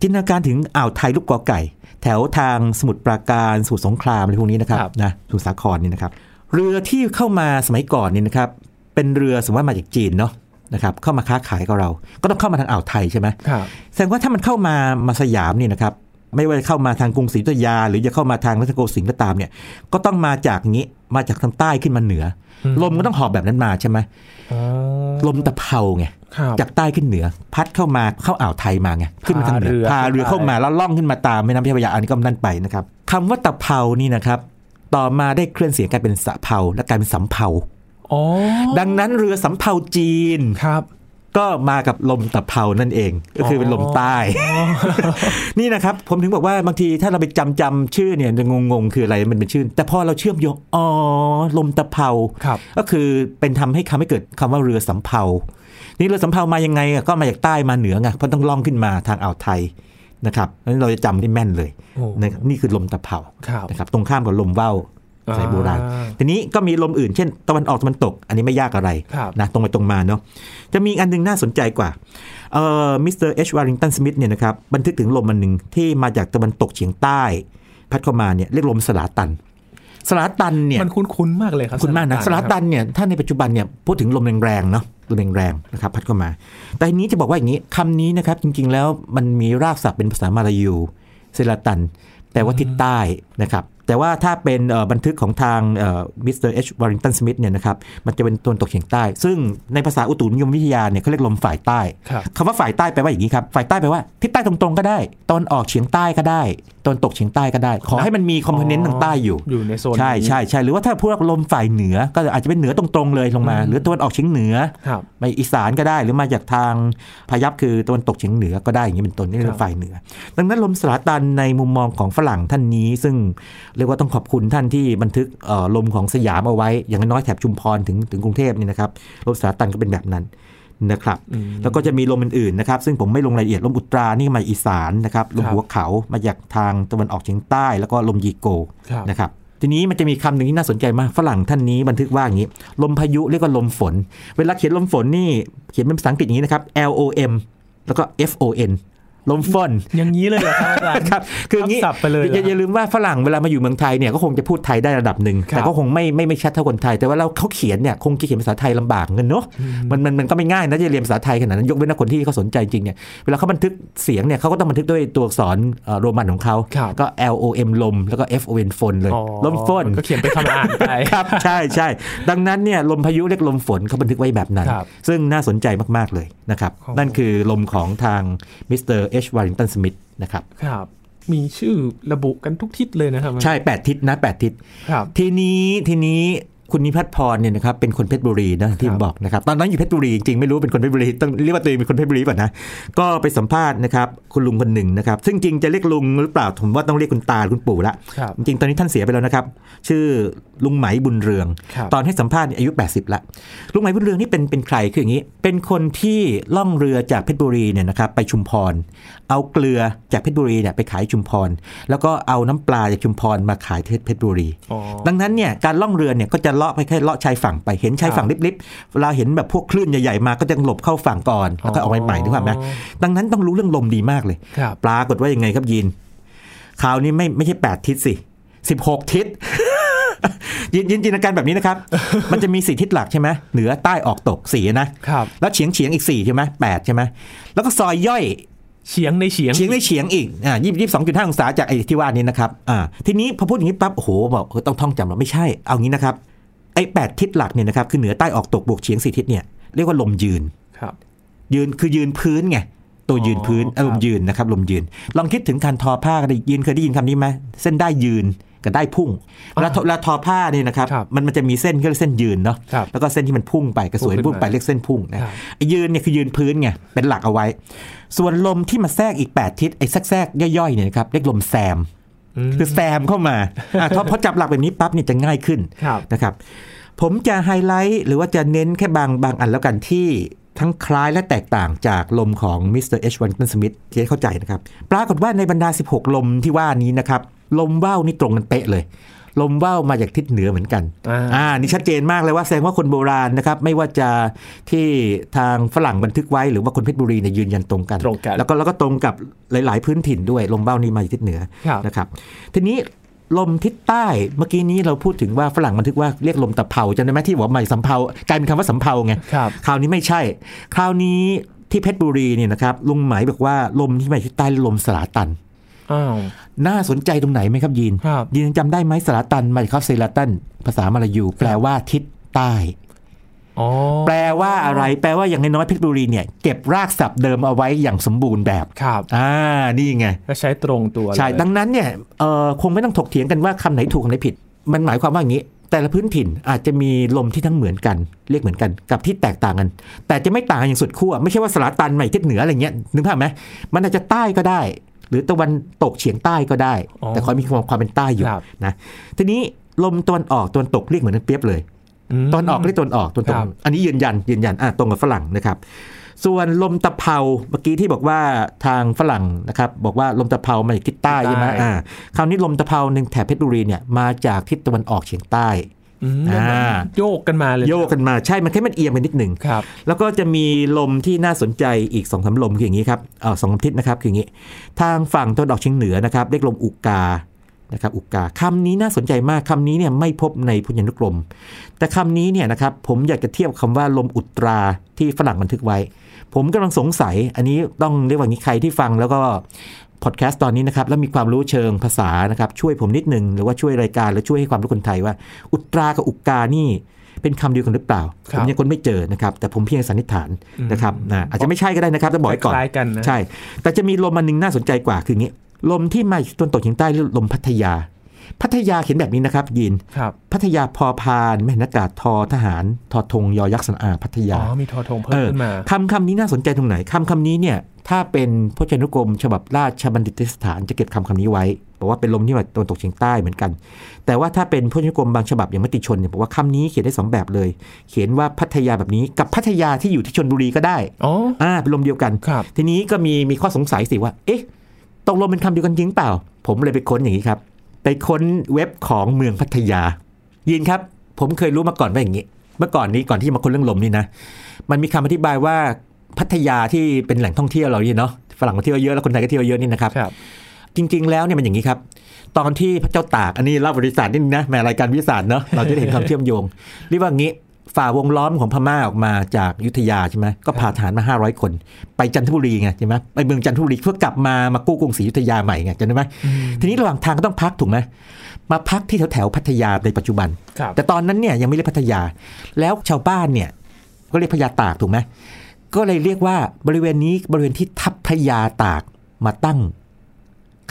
B: จินตนาการถึงอ่าวไทยลูกกอไก่ แถวทางสมุทรปราการสมุทรสงครามอะไรพวกนี้นะครับ
A: ครับ
B: นะสมุทรสาครนี่นะครับ เรือที่เข้ามาสมัยก่อนนี่นะครับ เป็นเรือสมมติว่ามาจากจีนเนาะนะครับเข้ามาค้าขายกับเรา ก็ต้องเข้ามาทางอ่าวไทยใช่ไหม
A: ครับ
B: แสดงว่าถ้ามันเข้ามามาสยามเนี่ยนะครับไม่ว่าจะเข้ามาทางกรุงศรีอยุธยา หรือจะเข้ามาทางรัชโกสินทร์ก็ตามเนี่ยก็ต้องมาจากงี้มาจากทางใต้ขึ้นมาเหนืออ
A: ม
B: ลมก็ต้องหอบแบบนั้นมาใช่ไหม
A: อ๋อ
B: ลมตะเภาไง
A: ครับ
B: จากใต้ขึ้นเหนือ พัดเข้ามาเข้าอ่าวไทยมาไงขึ้นมาทางเหนือ
A: พา
B: พา
A: เรือ
B: เรือ
A: เข้า
B: เข้ามาแล้วล่องขึ้นมาตามแม่น้ำเจ้าพระยาอันนี้ก็นั่นไปนะครับคำว่าตะเภานี่นะครับ ต่อมาได้เคลื่อนเสียงกลายเป็นสะเภาและกลายเป็นสำเภา
A: ๋อ
B: ดังนั้นเรือสำเภาจีน
A: ครับ
B: ก็มากับลมตะเภานั่นเอง ก็คือเป็นลมใต้ นี่นะครับ ผมถึงบอกว่าบางทีถ้าเราไปจำจำชื่อเนี่ยจะงงๆ คืออะไรมันเป็นชื่อ แต่พอเราเชื่อมโยงอ๋อลมตะเภา
A: ครับ
B: ก็คือเป็นทำให้คำให้เกิดคำว่าเรือสำเภา นี่เรือสำเภามายังไงอะก็มาจากใต้มาเหนือไงเพราะต้องล่องขึ้นมาทางอ่าวไทยนะครับเพราะฉะนั้นเราจะจำได้แม่นเลย
A: โอ้
B: นะครับนี่คือลมตะเภา
A: ครับ
B: นะครับตรงข้ามกับลมว่าว
A: อ่า
B: สายโบราณทีนี้ก็มีลมอื่นเช่น ตะวันออกตะวันตก อันนี้ไม่ยากอะไร
A: ครับ
B: นะตรงไปตรงมาเนาะจะมีอีกอันหนึงน่าสนใจกว่าเอ่อมิสเตอร์เอชวาริงตันสมิธเนี่ยนะครับบันทึกถึงลมอันหนึ่งที่มาจากตะวันตกเฉียงใต้ พัดเข้ามาเนี่ยเรียกลมสลาตัน สลาตันเนี่ย
A: มันคุ้นๆมากเลยครับ
B: คุณมากนะสลาตันเนี่ยถ้าในปัจจุบันเนี่ยพูดถึงลมแรงๆเนาะลมแรงๆนะครับพัดเข้ามา แต่อันนี้จะบอกว่าอย่างนี้คำนี้นะครับจริงๆแล้วมันมีรากศัพท์เป็นภาษามาลายูเซลาตันแปลว่าทิศใต้นะครับแต่ว่าถ้าเป็นเอ่อบันทึกของทางมิสเตอร์เอชวอริงตันสมิธเนี่ยนะครับมันจะเป็นตะวันตกเฉียงใต้ ซึ่งในภาษาอุตุนิยมวิทยาเนี่ยเขาเรียกลมฝ่ายใต้
A: ครับ
B: คำว่าฝ่ายใต้แปลว่าอย่างนี้ครับฝ่ายใต้แปลว่าทิศใต้ตรงๆก็ได้ตอนออกเฉียงใต้ก็ได้ตอนตกเฉียงใต้ก็ได้ ขอให้มันมีคอมโพเนนต์ทางใต้อยู่
A: อยู่ในโซน
B: ใช่ใช่ใช่หรือว่าถ้าพวกลมฝ่ายเหนือก็อาจจะเป็นเหนือตรงๆเลยลงมา หรือตะวันออกเฉียงเหนือ
A: ครับ
B: ไปอีสานก็ได้หรือมาจากทางพายัพคือตะวันตกเฉียงเหนือก็ได้อย่างนี้เป็นต้นนี่
A: ค
B: เรี
A: รั
B: ย
A: บ
B: กฝ่ายเหนือ ดังนั้นลมสลาตันในมุมมองของฝรั่งท่านนี้ ซึ่งเรียกว่าต้องขอบคุณท่านที่บันทึกเอ่อลมของสยามเอาไว้ อย่างน้อยๆแถบชุมพรถึงถึงกรุงเทพเนี่ยนะครับลมสลาตันก็เป็นแบบนั้นนะครับ แล้วก็จะมีลมอื่นๆนะครับซึ่งผมไม่ลงรายละเอียดลมอุตรานี่มาจากอีสานนะครับลม
A: ครับ
B: หัวเขามาจากทางตะวันออกเฉียงใต้ แล้วก็ลมยีโก
A: ครับ
B: นะครับทีนี้มันจะมีคำหนึ่งที่น่าสนใจมากฝรั่งท่านนี้บันทึกว่าอย่างนี้ ลมพายุเรียกว่าลมฝน เวลาเขียนลมฝนนี่เขียนเป็นภาษาอังกฤษอย่างนี้นะครับ L O M แล้วก็ F O N ลมฝน
A: อย่างนี้เลยเหรอครับอาจารย์
B: ครับคืออย่างนี้
A: ทับศัพท์ไปเลยเหรอ
B: อาอย่าลืมว่าฝรั่งเวลามาอยู่เมืองไทยเนี่ยก็คงจะพูดไทยได้ระดับหนึ่ง
A: ครับ
B: แต่ก็คงไม่ไม่ไม่ชัดเท่าคนไทย แต่ว่าเราเขาเขียนเนี่ยคงจะเขียนภาษาไทยลำบากเงินเนาะมันมันมันก็ไม่ง่ายนะจะเรียนภาษาไทยขนาดนั้นยกเว้นว่าคนที่เขาสนใจจริงเนี่ยเวลาเขาบันทึกเสียงเนี่ยเขาก็ต้องบันทึกด้วยตัวอักษรเอ่อโรมันของเขา
A: ครับ
B: ก็ L O M ลมแล้วก็ F O N ฝนเลย
A: อ๋อ
B: ลมฝน
A: ก็เขียนไปนคำอ่านไป
B: ครับใช่ใช่ดังนั้นเนี่ยลมพายุเรียกลมฝนเขาบันทึกไว้แบบนั้น
A: ครับ
B: ซึ่งน่าสนใจมาก ๆ เลยนะครับ
A: ครับ
B: นั่นคือลมของทางมิสเตอร์เอชวาริงตันสมิธนะครับ
A: ครับ มีชื่อระบุกันทุกทิศเลยนะครับ
B: ใช่ 8 ทิศนะ 8 ทิศ
A: ครับ
B: ทีนี้ทีนี้คุณนิพัฒน์พรเนี่ยนะครับเป็นคนเพชรบุรีนะที่
A: ค
B: ผ
A: รับ
B: มบอกนะครับตอนนั้นอยู่เพชรบุรีจริงๆไม่รู้เป็นคนเพชรบุรีต้องเรียกว่าตัวเองเป็นคนเพชรบุรีป่ะนะก็ไปสัมภาษณ์นะครับคุณลุงคนหนึ่งนะครับซึ่งจริงจะเรียกลุงหรือเปล่าผมว่าต้องเรียกคุณตาคุณปู่ละ
A: ครับ
B: จริงๆตอนนี้ท่านเสียไปแล้วนะครับชื่อลุงไหมบุญเรือง
A: ครับ
B: ตอนให้สัมภาษณ์เนี่ยอายุ 80 ละลุงไหมบุญเรืองนี่เป็นเป็นใครคืออย่างนี้ เป็นคนที่ล่องเรือจากเพชรบุรีเนี่ยนะครับไปชุมพร เอาเกลือจากเพชรบุรีเนี่ยไปขายชุมพร แล้วก็เอาน้ำปลาจากชุมพรมาขายที่เพชรบุรี
A: อ๋อ
B: ดังนั้นเนี่ยการล่องเรือเนี่ยก็จะเลาะไปแค่เลาะชายฝั่งไปเห็นชายฝั่งลิบๆเวลาเห็นแบบพวกคลื่นใหญ่ๆมาก็จะหลบเข้าฝั่งก่อนแล้วก็ออกไปใหม่ถูกไหม
A: อ๋อ
B: ดังนั้นต้องรู้เรื่องลมดีมากเลย
A: ครับ
B: ปรากฏว่ายังไงครับยินคราวนี้ไม่ไม่ใช่ 8 ทิศสิ 16 ทิศ ยินยินจินตนาการแบบนี้นะครับ มันจะมีสี่ทิศหลักใช่ไหมเหนือใต้ออกตกสี่นะครับ แล้วเฉียงเฉียงอีกสี่ใช่ไหมแปดใช่ไหมแล้วก็ซอยย่อย
A: เฉียงในเฉียง
B: เฉียงได้เฉียงอีก อ่ายี่สิบสองจุดห้าองศาจากไอ้ที่ว่านี้นะครับ อ่า ทีนี้พอพูดอย่างนี้ปั๊บ โอ้โห บอกเออต้องท่องจำเหรอไม่ใช่ เอางี้นะครับ ไอ้แปดทิศหลักเนี่ยนะครับ คือเหนือใต้ออกตกบวกเฉียงสี่ทิศเนี่ย เรียกว่าลมยืน
A: ครับ
B: ยืนคือยืนพื้นไง ตัวยืนพื้น
A: อ๋อครั
B: อา
A: บ
B: รมณ์ยืนนะครับลมยืน ลองคิดถึงการทอผ้ากันดิยืนเคยได้ยินคำนี้ไหมเส้นได้ยืนกับได้พุ่งเวลาทอเวลาทอผ้าเนี่ยนะครับ
A: ครับ
B: มันมันจะมีเส้นก็เรียกเส้นยืนเนาะ
A: ครับ
B: แล้วก็เส้นที่มันพุ่งไปกระสวย
A: พุ่
B: พุ่
A: ง
B: ง
A: ขึ้นมา
B: ไปเรียกเส้นพุ่งนะครับ ไอ้ยืนเนี่ยคือยืนพื้นไง เป็นหลักเอาไว้ ส่วนลมที่มาแทรกอีก 8 ทิศไอ้แทรกๆย่อยๆเนี่ยนะครับเรียกลมแซม
A: ม
B: คือแซมเข้ามา อ่ะถ้าพอจับหลักแบบนี้ปั๊บเนี่ยจะง่ายขึ้น
A: ครับ
B: นะครับ ผมจะไฮไลท์หรือว่าจะเน้นแค่บางบางอันแล้วกันที่ทั้งคล้ายและแตกต่างจากลมของมิสเตอร์เอชวันตันสมิธที่ให้เข้าใจนะครับ ปรากฏว่าในบรรดา 16 ลมที่ว่านี้นะครับ ลมว่าวนี่ตรงกันเป๊ะเลย ลมว่าวมาจากทิศเหนือเหมือนกัน
A: อ่า
B: นี่ชัดเจนมากเลยว่าแสดงว่าคนโบราณนะครับ ไม่ว่าจะที่ทางฝรั่งบันทึกไว้หรือว่าคนเพชรบุรีเนี่ยยืนยันตรงกัน
A: ตรงกัน
B: แล้วก็แล้วก็ตรงกับหลาย ๆ พื้นถิ่นด้วยลมเบ้านี่มาจากทิศเหนือ
A: ครับ
B: นะครับทีนี้ลมทิศใต้เมื่อกี้นี้เราพูดถึงว่าฝรั่งบันทึกว่าเรียกลมตะเภาจำได้ไหมที่บอกว่าใหม่สำเภากลายเป็นคำว่าสำเภาไง
A: ครับ
B: คราวนี้ไม่ใช่ คราวนี้ที่เพชรบุรีเนี่ยนะครับลุงไหมายบอกว่าลมที่มาจากทิศใต้ลมสลาตัน
A: อ้าว
B: น่าสนใจตรงไหนไหมครับยีน
A: ครับ
B: ยีนจำได้ไหมสลาตันมาจากคำเซลาตันภาษามาลายู แปลว่าทิศใต้
A: อ๋อ
B: แปลว่าอะไร แปลว่าอย่างน้อยๆเพชรบุรีเนี่ยเก็บรากศัพท์เดิมเอาไว้อย่างสมบูรณ์แบบ
A: ครับ
B: อ่า นี่ไง
A: ก็ใช้ตรงตัวเลย
B: ใช่ ดังนั้นเนี่ยเอ่อคงไม่ต้องถกเถียงกันว่าคำไหนถูกคำไหนผิด มันหมายความว่าอย่างนี้ แต่ละพื้นถิ่นอาจจะมีลมที่ทั้งเหมือนกัน เรียกเหมือนกัน กับที่แตกต่างกัน แต่จะไม่ต่างกันอย่างสุดขั้ว ไม่ใช่ว่าสลาตันใหม่ทิศเหนืออะไรเงี้ย นึกภาพไหมมันอาจจะใต้ก็ได้ หรือตะวันตกเฉียงใต้ก็ได้
A: อ๋อ
B: แต่คอยมีความความเป็นใต้อยู่
A: ครับ
B: นะ ทีนี้ลมตะวันออกตะวันตกเรียกเหมือนกันเปรียบเลย
A: ม
B: ตอนออกเรียกตอนออกตอนต
A: ค
B: ก
A: รับ
B: อันนี้ยืนยันยืนยันอ่ะตรงกับฝรั่งนะครับ ส่วนลมตะเภาเมื่อกี้ที่บอกว่าทางฝรั่งนะครับบอกว่าลมตะเภามาจากทิศใต้ใช่ไหม
A: ใต้
B: อ่าคราวนี้ลมตะเภาหนึ่งแถบเพชรบุรีเนี่ยมาจากทิศตะวันออกเฉียงใต้
A: อืมนั่นมัน
B: อ่า
A: โยกกันมาเลย
B: โยกกันมาใช่มันแค่มันเอียงไปนิดหนึ่ง
A: ครับ
B: แล้วก็จะมีลมที่น่าสนใจอีก2องสามลมคืออย่างนี้ครับเออสองลมทิศนะครับคืออย่างนี้ ทางฝั่งตะวันออกเฉียงเหนือนะครับเรียกลมอุกานะครับอุกาคำนี้น่าสนใจมากคำนี้เนี่ยไม่พบในพุทธยานุกรม แต่คำนี้เนี่ยนะครับผมอยากจะเทียบคำว่าลมอุตราที่ฝรั่งบันทึกไว้ ผมกำลังสงสัยอันนี้ต้องเรียกว่าอย่างนี้ใครที่ฟังแล้วก็พอดแคสต์ตอนนี้นะครับแล้วมีความรู้เชิงภาษานะครับช่วยผมนิดนึงหรือว่าช่วยรายการหรือช่วยให้ความรู้คนไทยว่า อุตรากับอุกานี่เป็นคำเดียวกันหรือเปล่า
A: ค
B: ผ
A: รับ
B: มยังค้นไม่เจอนะครับแต่ผมเพียงสันนิษฐาน นะครับนะอาจจะไม่ใช่ก็ได้นะครับต้องบอกไว้ก่อน
A: คล้ายๆกันนะ
B: ใช่ แต่จะมีลมอันหนึงน่าสนใจกว่า คืออย่างนี้ ลมที่มาจากตะวันตกเฉียงใต้เรียกลมพัทยา พัทยาเขียนแบบนี้นะครับยิน
A: ครับ
B: พัทยาพอพานแม่นากาศทอทหาร ทอธงยอยักษ์สนอาพัท
A: อ๋
B: ยา
A: อมีทอทงเพิ่มขึ้นมา
B: คำคำนี้น่าสนใจตรงไหนคำคำนี้เนี่ยถ้าเป็นพจนานุกรม ฉบับราชบัณฑิตยสถานจะเก็บคำคำนี้ไว้บอกว่าเป็นลมที่มาตะวันตกเฉียงใต้เหมือนกัน แต่ว่าถ้าเป็นพจนานุกรมบางฉบับอย่างมติชนเนี่ยบอกว่าคำนี้เขียนได้สองแบบเลย เขียนว่าพัทยาแบบนี้กับพัทยาที่อยู่ที่ชนบุรีก็ได้
A: อ๋อ
B: อ่าเป็นลมเดียวกัน
A: ครับ
B: ทีนี้ก็มีมีข้อสงสัยสิว่า เอ๊ะตกลงเป็นคำเดียวกันจริงเปล่า ผมเลยไปค้นอย่างนี้ครับ ไปค้นเว็บของเมืองพัทยา ยินครับ ผมเคยรู้มาก่อนว่าอย่างนี้ เมื่อก่อนนี้ก่อนที่จะมาค้นเรื่องลมนี่นะ มันมีคำอธิบายว่าพัทยาที่เป็นแหล่งท่องเที่ยวเราเนี่ยเนาะฝรั่งมาเที่ยวเยอะแล้วคนไทยก็เที่ยวเยอะนี่นะครับ
A: ครับ
B: จริง ๆ แล้วเนี่ยมันอย่างนี้ครับ ตอนที่พระเจ้าตากอันนี้เล่าบริษัทนิดนึงนะแหมรายการวิทยาศาสตร์เนาะเราจะได้เห็นความเชื่อมโยงเรียกว่างี้ฝ่าวงล้อมของพม่าออกมาจากอยุทธยาใช่ไหมก็พาทหารมา 500 คน ไปจันทบุรีไงใช่ไหมไปเมืองจันทบุรีเพื่อกลับมามากู้กรุงศรีอยุธยาใหม่ไงจำได้ไหมทีนี้ระหว่างทางก็ต้องพักถูกไหมมาพักที่แถวแถวๆพัทยาในปัจจุบัน
A: ครับ
B: แต่ตอนนั้นเนี่ยยังไม่เรียกพัทยา แล้วชาวบ้านเนี่ยก็เรียกพญาตากถูกไหมก็เลยเรียกว่าบริเวณนี้บริเวณที่ทัพพระยาตากมาตั้ง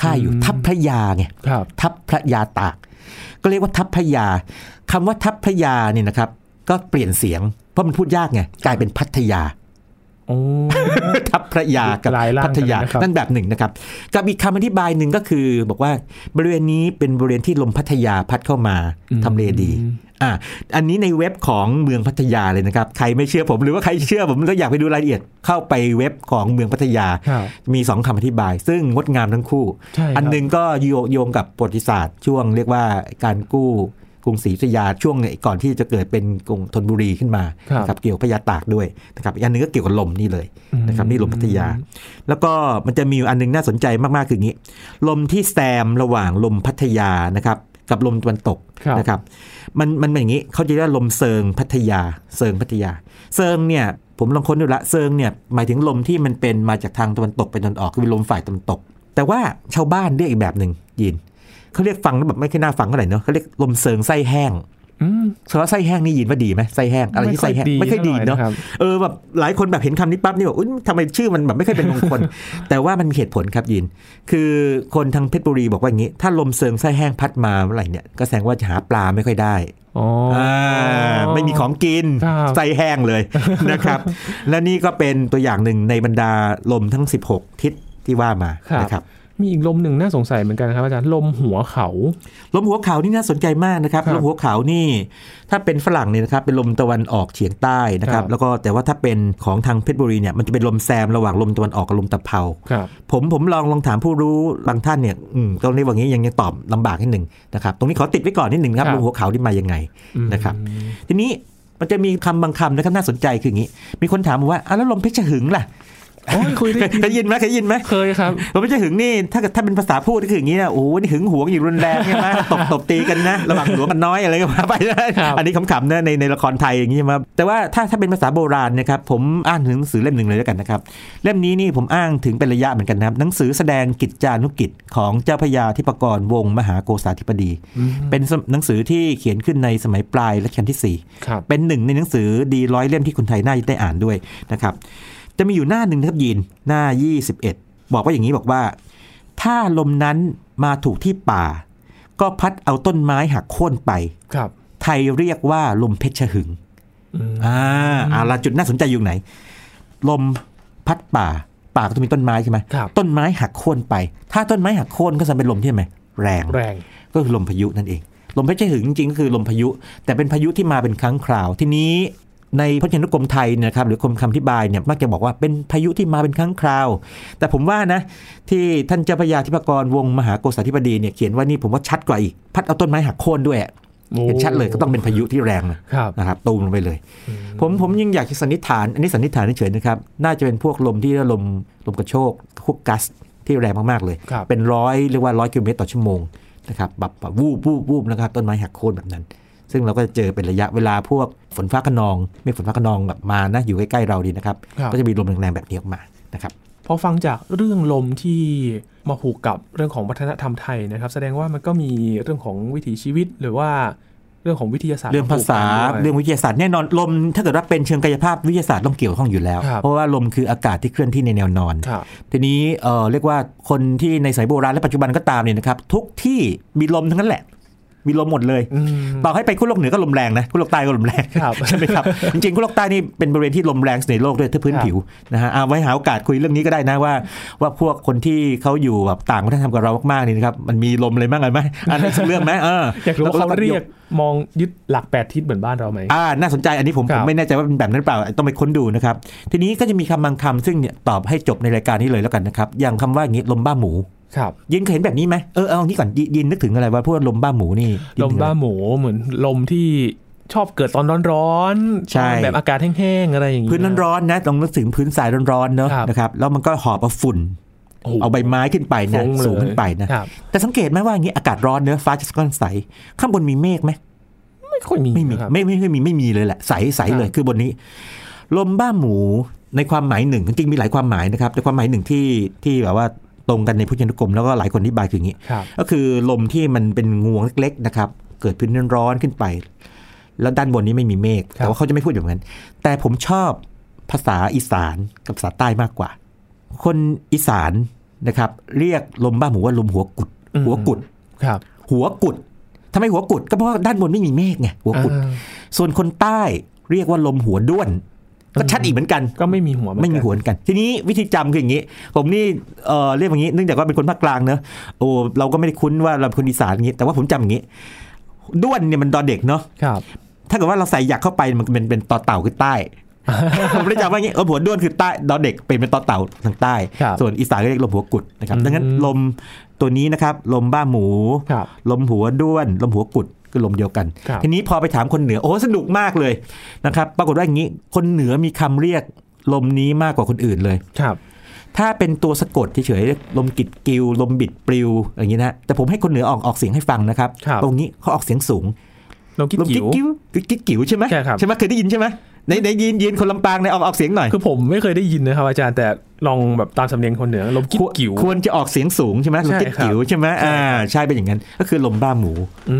B: ค่ายอยู่
A: อืม
B: ทัพพระยาไง
A: ครับ
B: ทัพพระยาตาก ก็เรียกว่าทัพพระยาคำว่าทัพพระยาเนี่ยนะครับ ก็เปลี่ยนเสียงเพราะมันพูดยากไงกลายเป็นพัทยา
A: โอ้
B: ทัพพระยากับ
A: หลายร่าง
B: พัทยา
A: กันนะครับ
B: นั่นแบบหนึ่งนะครับกับอีกคำอธิบายหนึ่งก็คือ บอกว่าบริเวณนี้เป็นบริเวณที่ลมพัทยาพัดเข้ามา ทำเลดีอ่ะอันนี้ในเว็บของเมืองพัทยาเลยนะครับ ใครไม่เชื่อผมหรือว่าใครเชื่อผมแล้วอยากไปดูรายละเอียด เข้าไปเว็บของเมืองพัทยา
A: ครับ
B: มีสองคำอธิบาย ซึ่งงดงามทั้งคู่
A: ใช่ครับ
B: อันหนึงก็โยโยงกับประวัติศาสตร์ ช่วงเรียกว่าการกู้กรุงศรีอยุธยาช่วงก่อนที่จะเกิดเป็นกรุงธนบุรีขึ้นมา
A: ครับ
B: นะเกี่ยวพญาตากด้วยนะครับอีกอันหนึงก็เกี่ยวกับลมนี่เลยนะครับนี่ลมพัทยา แล้วก็มันจะมีอยู่อันหนึงน่าสนใจมากๆคืออย่างนี้ ลมที่แซมระหว่างลมพัทยานะครับกับลมตะวันตก
A: ครับ
B: นะครับมันมันเป็นอย่างนี้เขาจะเรียกว่าลมเซิงพัทยาเซิงพัทยา เซิงเนี่ยผมลองค้นดูละเซิงเนี่ยหมายถึงลมที่มันเป็นมาจากทางตะวันตกไปตะวันออกคือเป็นลมฝ่ายตะวันตก แต่ว่าชาวบ้านเรียกอีกแบบหนึ่งยินเขาเรียกฟังแล้วแบบไม่ค่อยน่าฟังเท่าไหร่เนาะเขาเรียกลมเซิงไส้แห้ง
A: อืม
B: สำหรับไส้แห้งนี่ยินว่าดีไหมไส้แห้งอะไรที่ไส้แห้งไม่ค่อยดีเนาะ
A: ท่ไหร่ครับ
B: เออแบบหลายคนแบบเห็นคำนี้ปั๊บนี่แบบอุ๊ยทำไมชื่อมันแบบไม่ค่อยเป็นมงค ล แต่ว่ามันมีเหตุผลครับยิน คือคนทางเพชรบุรีบอกว่าอย่างนี้ ถ้าลมเซิงไส้แห้งพัดมาเมื่อไหร่เนี่ยก็แสดงว่าจะหาปลาไม่ค่อยได้
A: อ๋ออ
B: ่าไม่มีของกิน
A: ครับ
B: ไส้แห้งเลย นะครับ และนี่ก็เป็นตัวอย่างหนึ่งในบรรดาลมทั้ง 16 ทิศที่ว่ามานะครับ
A: มีอีกลมหนึ่งน่าสงสัยเหมือนกันนะครับอาจารย์ลมหัวเขา
B: ลมหัวเขานี่น่าสนใจมากนะครับ
A: ครับ
B: ลมหัวเขานี่ถ้าเป็นฝรั่งเนี่ยนะครับเป็นลมตะวันออกเฉียงใต้นะค
A: ค
B: รั
A: รับ บ
B: แล้วก็แต่ว่าถ้าเป็นของทางเพชรบุรีเนี่ยมันจะเป็นลมแซมระหว่างลมตะวันออกกับลมตะเภา
A: ครับ
B: ผมผมลองลองถามผู้รู้บางท่านเนี่ยอืมก็เรียกว่างี้ยังยังตอบลำบากนิดหนึ่งนะครับตรงนี้ขอติดไว้ก่อนนิดหนึ่งครั
A: ค
B: บ
A: รับ
B: ลมหัวเขาที่มายังไงนะครับ ทีนี้มันจะมีคำบางคำนะครับน่าสนใจคืออย่างนี้ มีคนถามผมว่าอ้าวแล้วลมเพชรหึงล่ะ
A: โอ้ยคุยได้
B: เคยได้ยินไหมเคยได้ยินไหม
A: เคยครับ
B: เราไม่ใช่หึงนี่ถ้าเกิดถ้าเป็นภาษาพูดก็คืออย่างนี้นะโอ้โหนี่หึงหวงอยู่รุนแรงใช่ไหม ตบตบตีกันนะระหว่างหลวงกันน้อยอะไรก็ว่าไปนะครับ อันนี้ขำๆนะในในละครไทยอย่างนี้ใช่ไหมแต่ว่าถ้าถ้าเป็นภาษาโบราณนะครับผมอ่านถึงหนังสือเล่มหนึ่งเลยแล้วกันนะครับเล่มนี้นี่ผมอ้างถึงเป็นระยะเหมือนกันนะครับหนังสือแสดงกิจจานุกิจของเจ้าพระยาธิปกรณ์วงศ์มหาโกษาธิปดี เป็นหนังสือที่เขียนขึ้นในสมัยปลายรัชกาลที่สี่
A: ครับ
B: เป็นหนึ่งในหนังสือดีร้อยเล่มที่คนไทยน่าจะได้อ่านด้วยนะครับ จะมีอยู่หน้าหนึ่งนะครับยีนหน้า 21 บอกว่าอย่างนี้บอกว่า ถ้าลมนั้นมาถูกที่ป่า ก็พัดเอาต้นไม้หักโค่นไป
A: ครับ
B: ไทยเรียกว่าลมเพชรหึง
A: อืม
B: อ่าเอาละจุดน่าสนใจอยู่ไหน ลมพัดป่า ป่าก็ต้องมีต้นไม้ใช่ไหม
A: ครับ
B: ต้นไม้หักโค่นไป ถ้าต้นไม้หักโค่นก็จะเป็นลมที่ไหมแรง
A: แรง
B: ก็คือลมพายุนั่นเอง ลมเพชรหึงจริงๆก็คือลมพายุ แต่เป็นพายุที่มาเป็นครั้งคราว ทีนี้ ในพจนานุกรมไทยเนยนะครับหรือกรมคำอธิบายเนี่ยมักจะบอกว่าเป็นพายุที่มาเป็นครั้งคราว แต่ผมว่านะ ที่ท่านเจ้าพระยาธิปกรวงศ์มหาโกษาธิบดีเนี่ยเขียนว่านี่ผมว่าชัดกว่าอีกพัดเอาต้นไม้หักโค่นด้วยอะเห็นชัดเลยก็ต้องเป็นพายุที่แรงนะ
A: ครับ
B: นะครับตูมลงไปเลย ผมผมยังอยากจะสันนิษฐาน อันนี้สันนิษฐานเฉยๆนะครับ น่าจะเป็นพวกลมที่ลมลมกระโชกพวกกัสที่แรงมากๆเลย
A: ครับ
B: เป็นร้อยเรียกว่าร้อยกิโลเมตรต่อชั่วโมงนะครับแบบแบบวูบวูบวูบนะครับต้นไม้หักโค่นแบบนั้น ซึ่งเราก็จะเจอเป็นระยะเวลาพวกฝนฟ้าขนองไม่ฝนฟ้าขนองแบบมานะอยู่ใกล้ๆเราดีนะครับ
A: ครับ
B: ก็จะมีลมแรงๆแบบนี้ออกมานะครับ
A: พอฟังจากเรื่องลมที่มาผูกกับเรื่องของวัฒนธรรมไทยนะครับ แสดงว่ามันก็มีเรื่องของวิถีชีวิตหรือว่าเรื่องของวิทยาศาสตร์
B: เรื่องภาษา
A: ผูกกันด้วย
B: เรื่องวิทยาศาสตร์แน่นอนลมถ้าเกิดว่าเป็นเชิงกายภาพวิทยาศาสตร์ต้องเกี่ยวข้องอยู่แล้ว
A: ครับ
B: เพราะว่าลมคืออากาศที่เคลื่อนที่ในแนวนอน
A: ครับ
B: ทีนี้เอ่อเรียกว่าคนที่ในสายโบราณและปัจจุบันก็ตามเนี่ยนะครับทุกที่มีลมทั้งนั้นแหละ มีลมหมดเลย
A: อืม
B: ต่อให้ไปขั้วโลกเหนือก็ลมแรงนะขั้วโลกใต้ก็ลมแรง
A: ครับ
B: ใช่ไหมครับ จริงๆขั้วโลกใต้นี่เป็นบริเวณที่ลมแรงสุดในโลกด้วยถ้าพื้นผิวนะฮะเอาไว้หาโอกาสคุยเรื่องนี้ก็ได้นะว่า ว่าพวกคนที่เขาอยู่แบบต่างวัฒนธรรมกับเรามากๆนี่นะครับมันมีลมอะไรบ้างไหมอันนี้สักเรื่องไหมเออ
A: อยากรู้ว่าเขา
B: แล้
A: เรียกมองยึดหลักแปดทิศเหมือนบ้านเราไหม
B: อ่าน่าสนใจอันนี้ผม
A: ค
B: ผ
A: รั
B: ม
A: บ
B: ไม่แน่ใจว่าเป็นแบบนั้นหรือเปล่าต้องไปค้นดูนะครับทีนี้ก็จะมีคำบางคำซึ่งเนี่ยตอบให้จบในรายการนี้เลยแล้วกันนะครับอย่างคำว่าอย่างงี้ลมบ้าหมู
A: ครับ
B: ยินเคยเห็นแบบนี้ไหมเออเอางี้ก่อนยิยินนึกถึงอะไรว่าพวกลมบ้าหมูนี่ยิน
A: ลม
B: ถึงอะไร
A: บ้าหมูเหมือนลมที่ชอบเกิดตอนร้อนๆ
B: ใช่
A: แบบอากาศแห้งๆอะไรอย่างเงี้ย
B: พื้นร้อนๆนะลองนึกถึงพื้นทรายร้อนๆเนอะ
A: ครับ
B: นะครับแล้วมันก็หอบเอาฝุ่น
A: โโห
B: เอาใบไม้ขึ้นไปนะ
A: ฟุ้เลย
B: สูงขึ้นไปนะครับแต่สังเกตไหมว่าอย่างนี้อากาศร้อนเนอะฟ้าจะค่อนใส ข้างบนมีเมฆไหม
A: ไม่ค่อยมี
B: ไม่มี
A: นะครับ
B: ไม่ไม่ไม่มีไม่มีเลยแหละใสใส
A: ครับ
B: เลยคือบนนี้ ลมบ้าหมูในความหมายหนึ่งจริงๆมีหลายความหมายนะครับแต่ความหมายหนึ่งที่ที่แบบว่าตรงกันในพุทธนุกรมแล้วก็หลายคนอธิบายคืออย่างนี้
A: ครับ
B: ก็คือลมที่มันเป็นงวงเล็กๆนะครับ เกิดพื้นร้อนๆขึ้นไป แล้วด้านบนนี้ไม่มีเมฆ
A: ครับ
B: แต่ว่าเขาจะไม่พูดอย่างนั้น แต่ผมชอบภาษาอีสานกับภาษาใต้มากกว่า คนอีสานนะครับ เรียกลมบ้าหมูว่าลมหัวกุด หัวกุด
A: ครับ
B: หัวกุดทำไมหัวกุด ก็เพราะว่าด้านบนไม่มีเมฆไงหัวกุด
A: อ่า
B: ส่วนคนใต้เรียกว่าลมหัวด้วน ก็ชัดอีกเหมือนกัน
A: ก็ไม่มีหัวเอนกัน
B: ไม่มีหวนกัน ทีนี้วิธีจำคืออย่างนี้ ผมนี่เอ่อเรียกอย่างนี้เนื่องจากว่าเป็นคนภาคกลางเนอะโอ้เราก็ไม่ได้คุ้นว่าเราเป็นคนอีสานอย่างนี้แต่ว่าผมจำอย่างนี้ ด้วนเนี่ยมันดอเด็กเนาะ
A: ครับ
B: ถ้าเกิดว่าเราใส่หยักเข้าไปมันเป็นเป็นต่อเต่าคือใต้ ผมได้จำว่าอย่างนี้เออหัวด้วนคือใต้ดอเด็กเป็นเป็นต่อเต่าทางใต้
A: ครับ
B: ส่วนอีสานก็เรียกลมหัวกุดนะครับ
A: อืม
B: ดังนั้นลมตัวนี้นะครับลมบ้าหมู
A: ครับ
B: ลมหัวด้วน ลมหัวกุดคือลมเดียวกัน
A: ครับ
B: ทีนี้พอไปถามคนเหนือโอ้สนุกมากเลยนะครับปรากฏว่าอย่างนี้คนเหนือมีคำเรียกลมนี้มากกว่าคนอื่นเลย
A: ครับ
B: ถ้าเป็นตัวสะกดเฉยๆเรียกลมกิดกิว ลมบิดปลิวอย่างนี้นะแต่ผมให้คนเหนือออกออกเสียงให้ฟังนะครับ
A: ครับ
B: ตรงนี้เขาออกเสียงสูง
A: ลมกิ๊ก
B: ลม
A: จิ๋
B: กิด
A: ว
B: กิวกิดกิวใช่ไหม
A: ใช่ครับ
B: ไหมเคยได้ยินใช่ไหมในในยินยินคนลำปางในออกออกเสียงหน่อย
A: คือผมไม่เคยได้ยินนะครับอาจารย์แต่ลองแบบตามสำเนียงคนเหนือลมกิ๊กจิ๋ว
B: ควรควรจะออกเสียงสูงใช่ไหมลมกิด
A: ใช่ครับ
B: กิวใช่ไหมอ่าใช่เป็นอย่างนั้น ก็คือลมบ้าหมู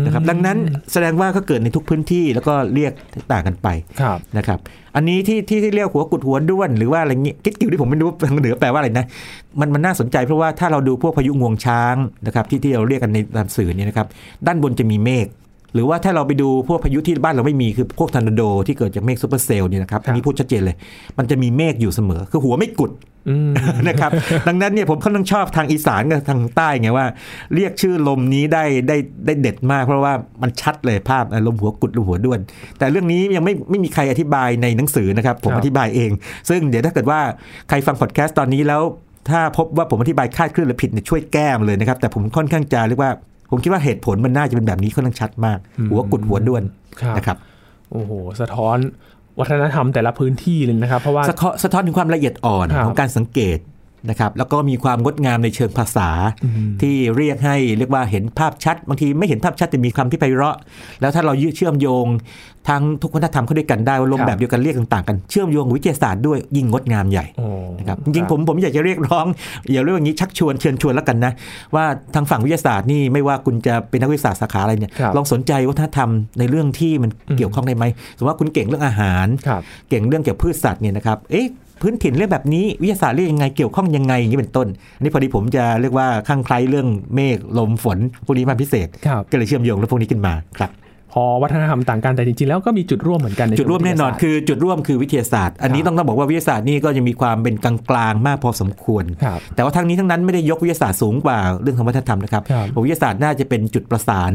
B: นะครับ
A: อืม
B: ดังนั้นแสดงว่าก็เกิดในทุกพื้นที่แล้วก็เรียกต่างกันไป
A: ครับ
B: นะครับอันนี้ที่ที่ที่เรียกหัวกุดหัวด้วนหรือว่าอะไรเงี้ยกิ๊กกิวที่ผมไม่รู้ว่า ทางเหนือแปลว่าอะไรนะมันมันน่าสนใจเพราะว่าถ้าเราดูพวกพายุงวงช้างนะครับที่ที่เราเรียกกันในตามสื่อเนี่ยนะครับด้านบนจะมีเมฆหรือว่าถ้าเราไปดูพวกพายุที่บ้านเราไม่มีคือพวกทอร์นาโดที่เกิดจากเมฆซูเปอร์เซลล์เนี่ยนะครับ
A: ครับ
B: อันนี้พูดชัดเจนเลย มันจะมีเมฆอยู่เสมอ คือหัวไม่กุด
A: อืม
B: นะครับดังนั้นเนี่ยผมค่อนข้างชอบทางอีสานกับทางใต้ไงว่า เรียกชื่อลมนี้ได้ได้ได้เด็ดมาก เพราะว่ามันชัดเลยภาพเอ่อลมหัวกุดลมหัวด้วน แต่เรื่องนี้ยังไม่ไม่มีใครอธิบายในหนังสือนะครับ ผม
A: ครับ
B: อธิบายเอง ซึ่งเดี๋ยวถ้าเกิดว่าใครฟังพอดแคสต์ตอนนี้แล้ว ถ้าพบว่าผมอธิบายคลาดเคลื่อนหรือผิดเนี่ยช่วยแก้มเลยนะครับ แต่ผมค่อนข้างจะเรียกว่า ผมคิดว่าเหตุผลมันน่าจะเป็นแบบนี้ค่อนข้างชัดมาก หัวกุดหัวด้วน
A: ครับ
B: นะครับ
A: โอ้โห สะท้อนวัฒนธรรมแต่ละพื้นที่เลยนะครับ เพราะว่า
B: สะท้อนสะท้อนถึงความละเอียดอ่อน
A: ครับ
B: ของการสังเกตนะครับ แล้วก็มีความงดงามในเชิงภาษา ที่เรียกให้เรียกว่าเห็นภาพชัด บางทีไม่เห็นภาพชัดแต่มีคำที่ไพเราะ แล้วถ้าเรายึดเชื่อมโยงทั้งทุกวัฒนธรรมเข้าด้วยกันได้ว่าลมแบบเดียวกันเรียกต่างๆกันเชื่อมโยงกับวิทยาศาสตร์ด้วยยิ่งงดงามใหญ่
A: โอ้
B: นะครับจริงๆผมผมอยากจะเรียกร้องอย่าเรียกว่าอย่างนี้ชักชวนเชิญชวนแล้วกันนะ ว่าทางฝั่งวิทยาศาสตร์นี่ไม่ว่าคุณจะเป็นนักวิทยาศาสตร์สาขาอะไรเนี่ย
A: ครับ
B: ลองสนใจวัฒนธรรมในเรื่องที่มันเกี่ยวข้องได้ไหมสมมติว่าคุณเก่งเรื่องอาหาร
A: ครับ
B: เก่งเรื่องเกี่ยวกับพืชสัตว์เนี่ยนะครับ เอ๊ะพื้นถิ่นเรื่องแบบนี้วิทยาศาสตร์เรื่องยังไงเกี่ยวข้องยังไงอย่างนี้เป็นต้น อันนี้พอดีผมจะเรียกว่าข้างใครเรื่องเมฆลมฝนพวกนี้มาพิเศษ
A: ครับ
B: ก็เลยเชื่อมโยงเรื่องพวกนี้ขึ้นมาครับ
A: พอวัฒนธรรมต่างกันแต่จริงๆ แล้วก็มีจุดร่วมเหมือนกันใน
B: จุดร่วมแน่นอน
A: เชิงวิทยาศาสต
B: คือจุดร่วมคือวิทยาศาสตร์ อัน
A: ค
B: นี้
A: รับ
B: ต้องต้องบอกว่าวิทยาศาสตร์นี่ก็จะมีความเป็นกลางๆมากพอสมควร
A: ร์ครับ
B: แต่ว่าทั้งนี้ทั้งนั้นไม่ได้ยกวิทยาศาสตร์สูงกว่าเรื่องของวัฒนธรรมนะครับ
A: ครับ
B: วิทยาศาสตร์น่าจะเป็นจุดประสาน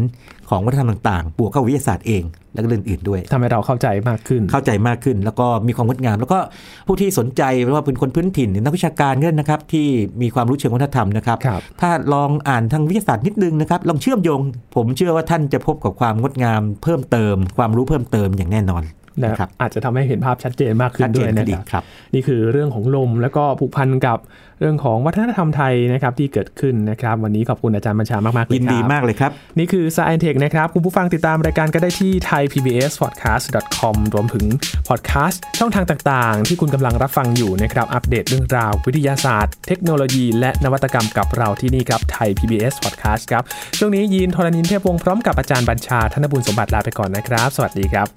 B: ของวัฒนธรรมต่างๆ บวกเข้าวิทยาศาสตร์เอง แล้วก็เรื่องอื่นด้วย
A: ทำให้เราเข้าใจมากขึ้น
B: เข้าใจมากขึ้นแล้วก็มีความงดงาม แล้วก็ผู้ที่สนใจไม่ว่าเป็นคนพื้นถิ่นหรือนักวิชาการก็ได้นะครับที่มีความรู้เชิงวัฒนธรรมนะครับ
A: ครับ
B: ถ้าลองอ่านทางวิทยาศาสตร์นิดนึงนะครับลองเชื่อมโยง ผมเชื่อว่าท่านจะพบกับความงดงาม เพิ่มเติม ความรู้เพิ่มเติมอย่างแน่นอน
A: นะ
B: นะครับ
A: อาจจะทำให้เห็นภาพชัดเจนมากขึ้
B: ชั
A: น
B: ด
A: ด้
B: เจ
A: วย
B: น
A: นะ
B: ดี
A: ครับ
B: ครับ
A: นี่คือเรื่องของลมแล้วก็ผูกพันกับเรื่องของวัฒนธรรมไทยนะครับที่เกิดขึ้นนะครับ วันนี้ขอบคุณอาจารย์บัญชามากๆเลยครับ
B: ยินดีมากเลยครับ
A: นี่คือ Science Tech นะครับ คุณผู้ฟังติดตามรายการก็ได้ที่ thaipbspodcast.com รวมถึง podcast ช่องทางต่างๆ ที่คุณกำลังรับฟังอยู่นะครับ อัปเดตเรื่องราว วิทยาศาสตร์ เทคโนโลยี และนวัตกรรมกับเราที่นี่ครับ Thai PBS Podcast ครับ ช่วงนี้ยินทรณินเทพวงศ์พร้อมกับอาจารย์บัญชา ธนบุญสมบัติลาไปก่อนนะครับ สวัสดีครับ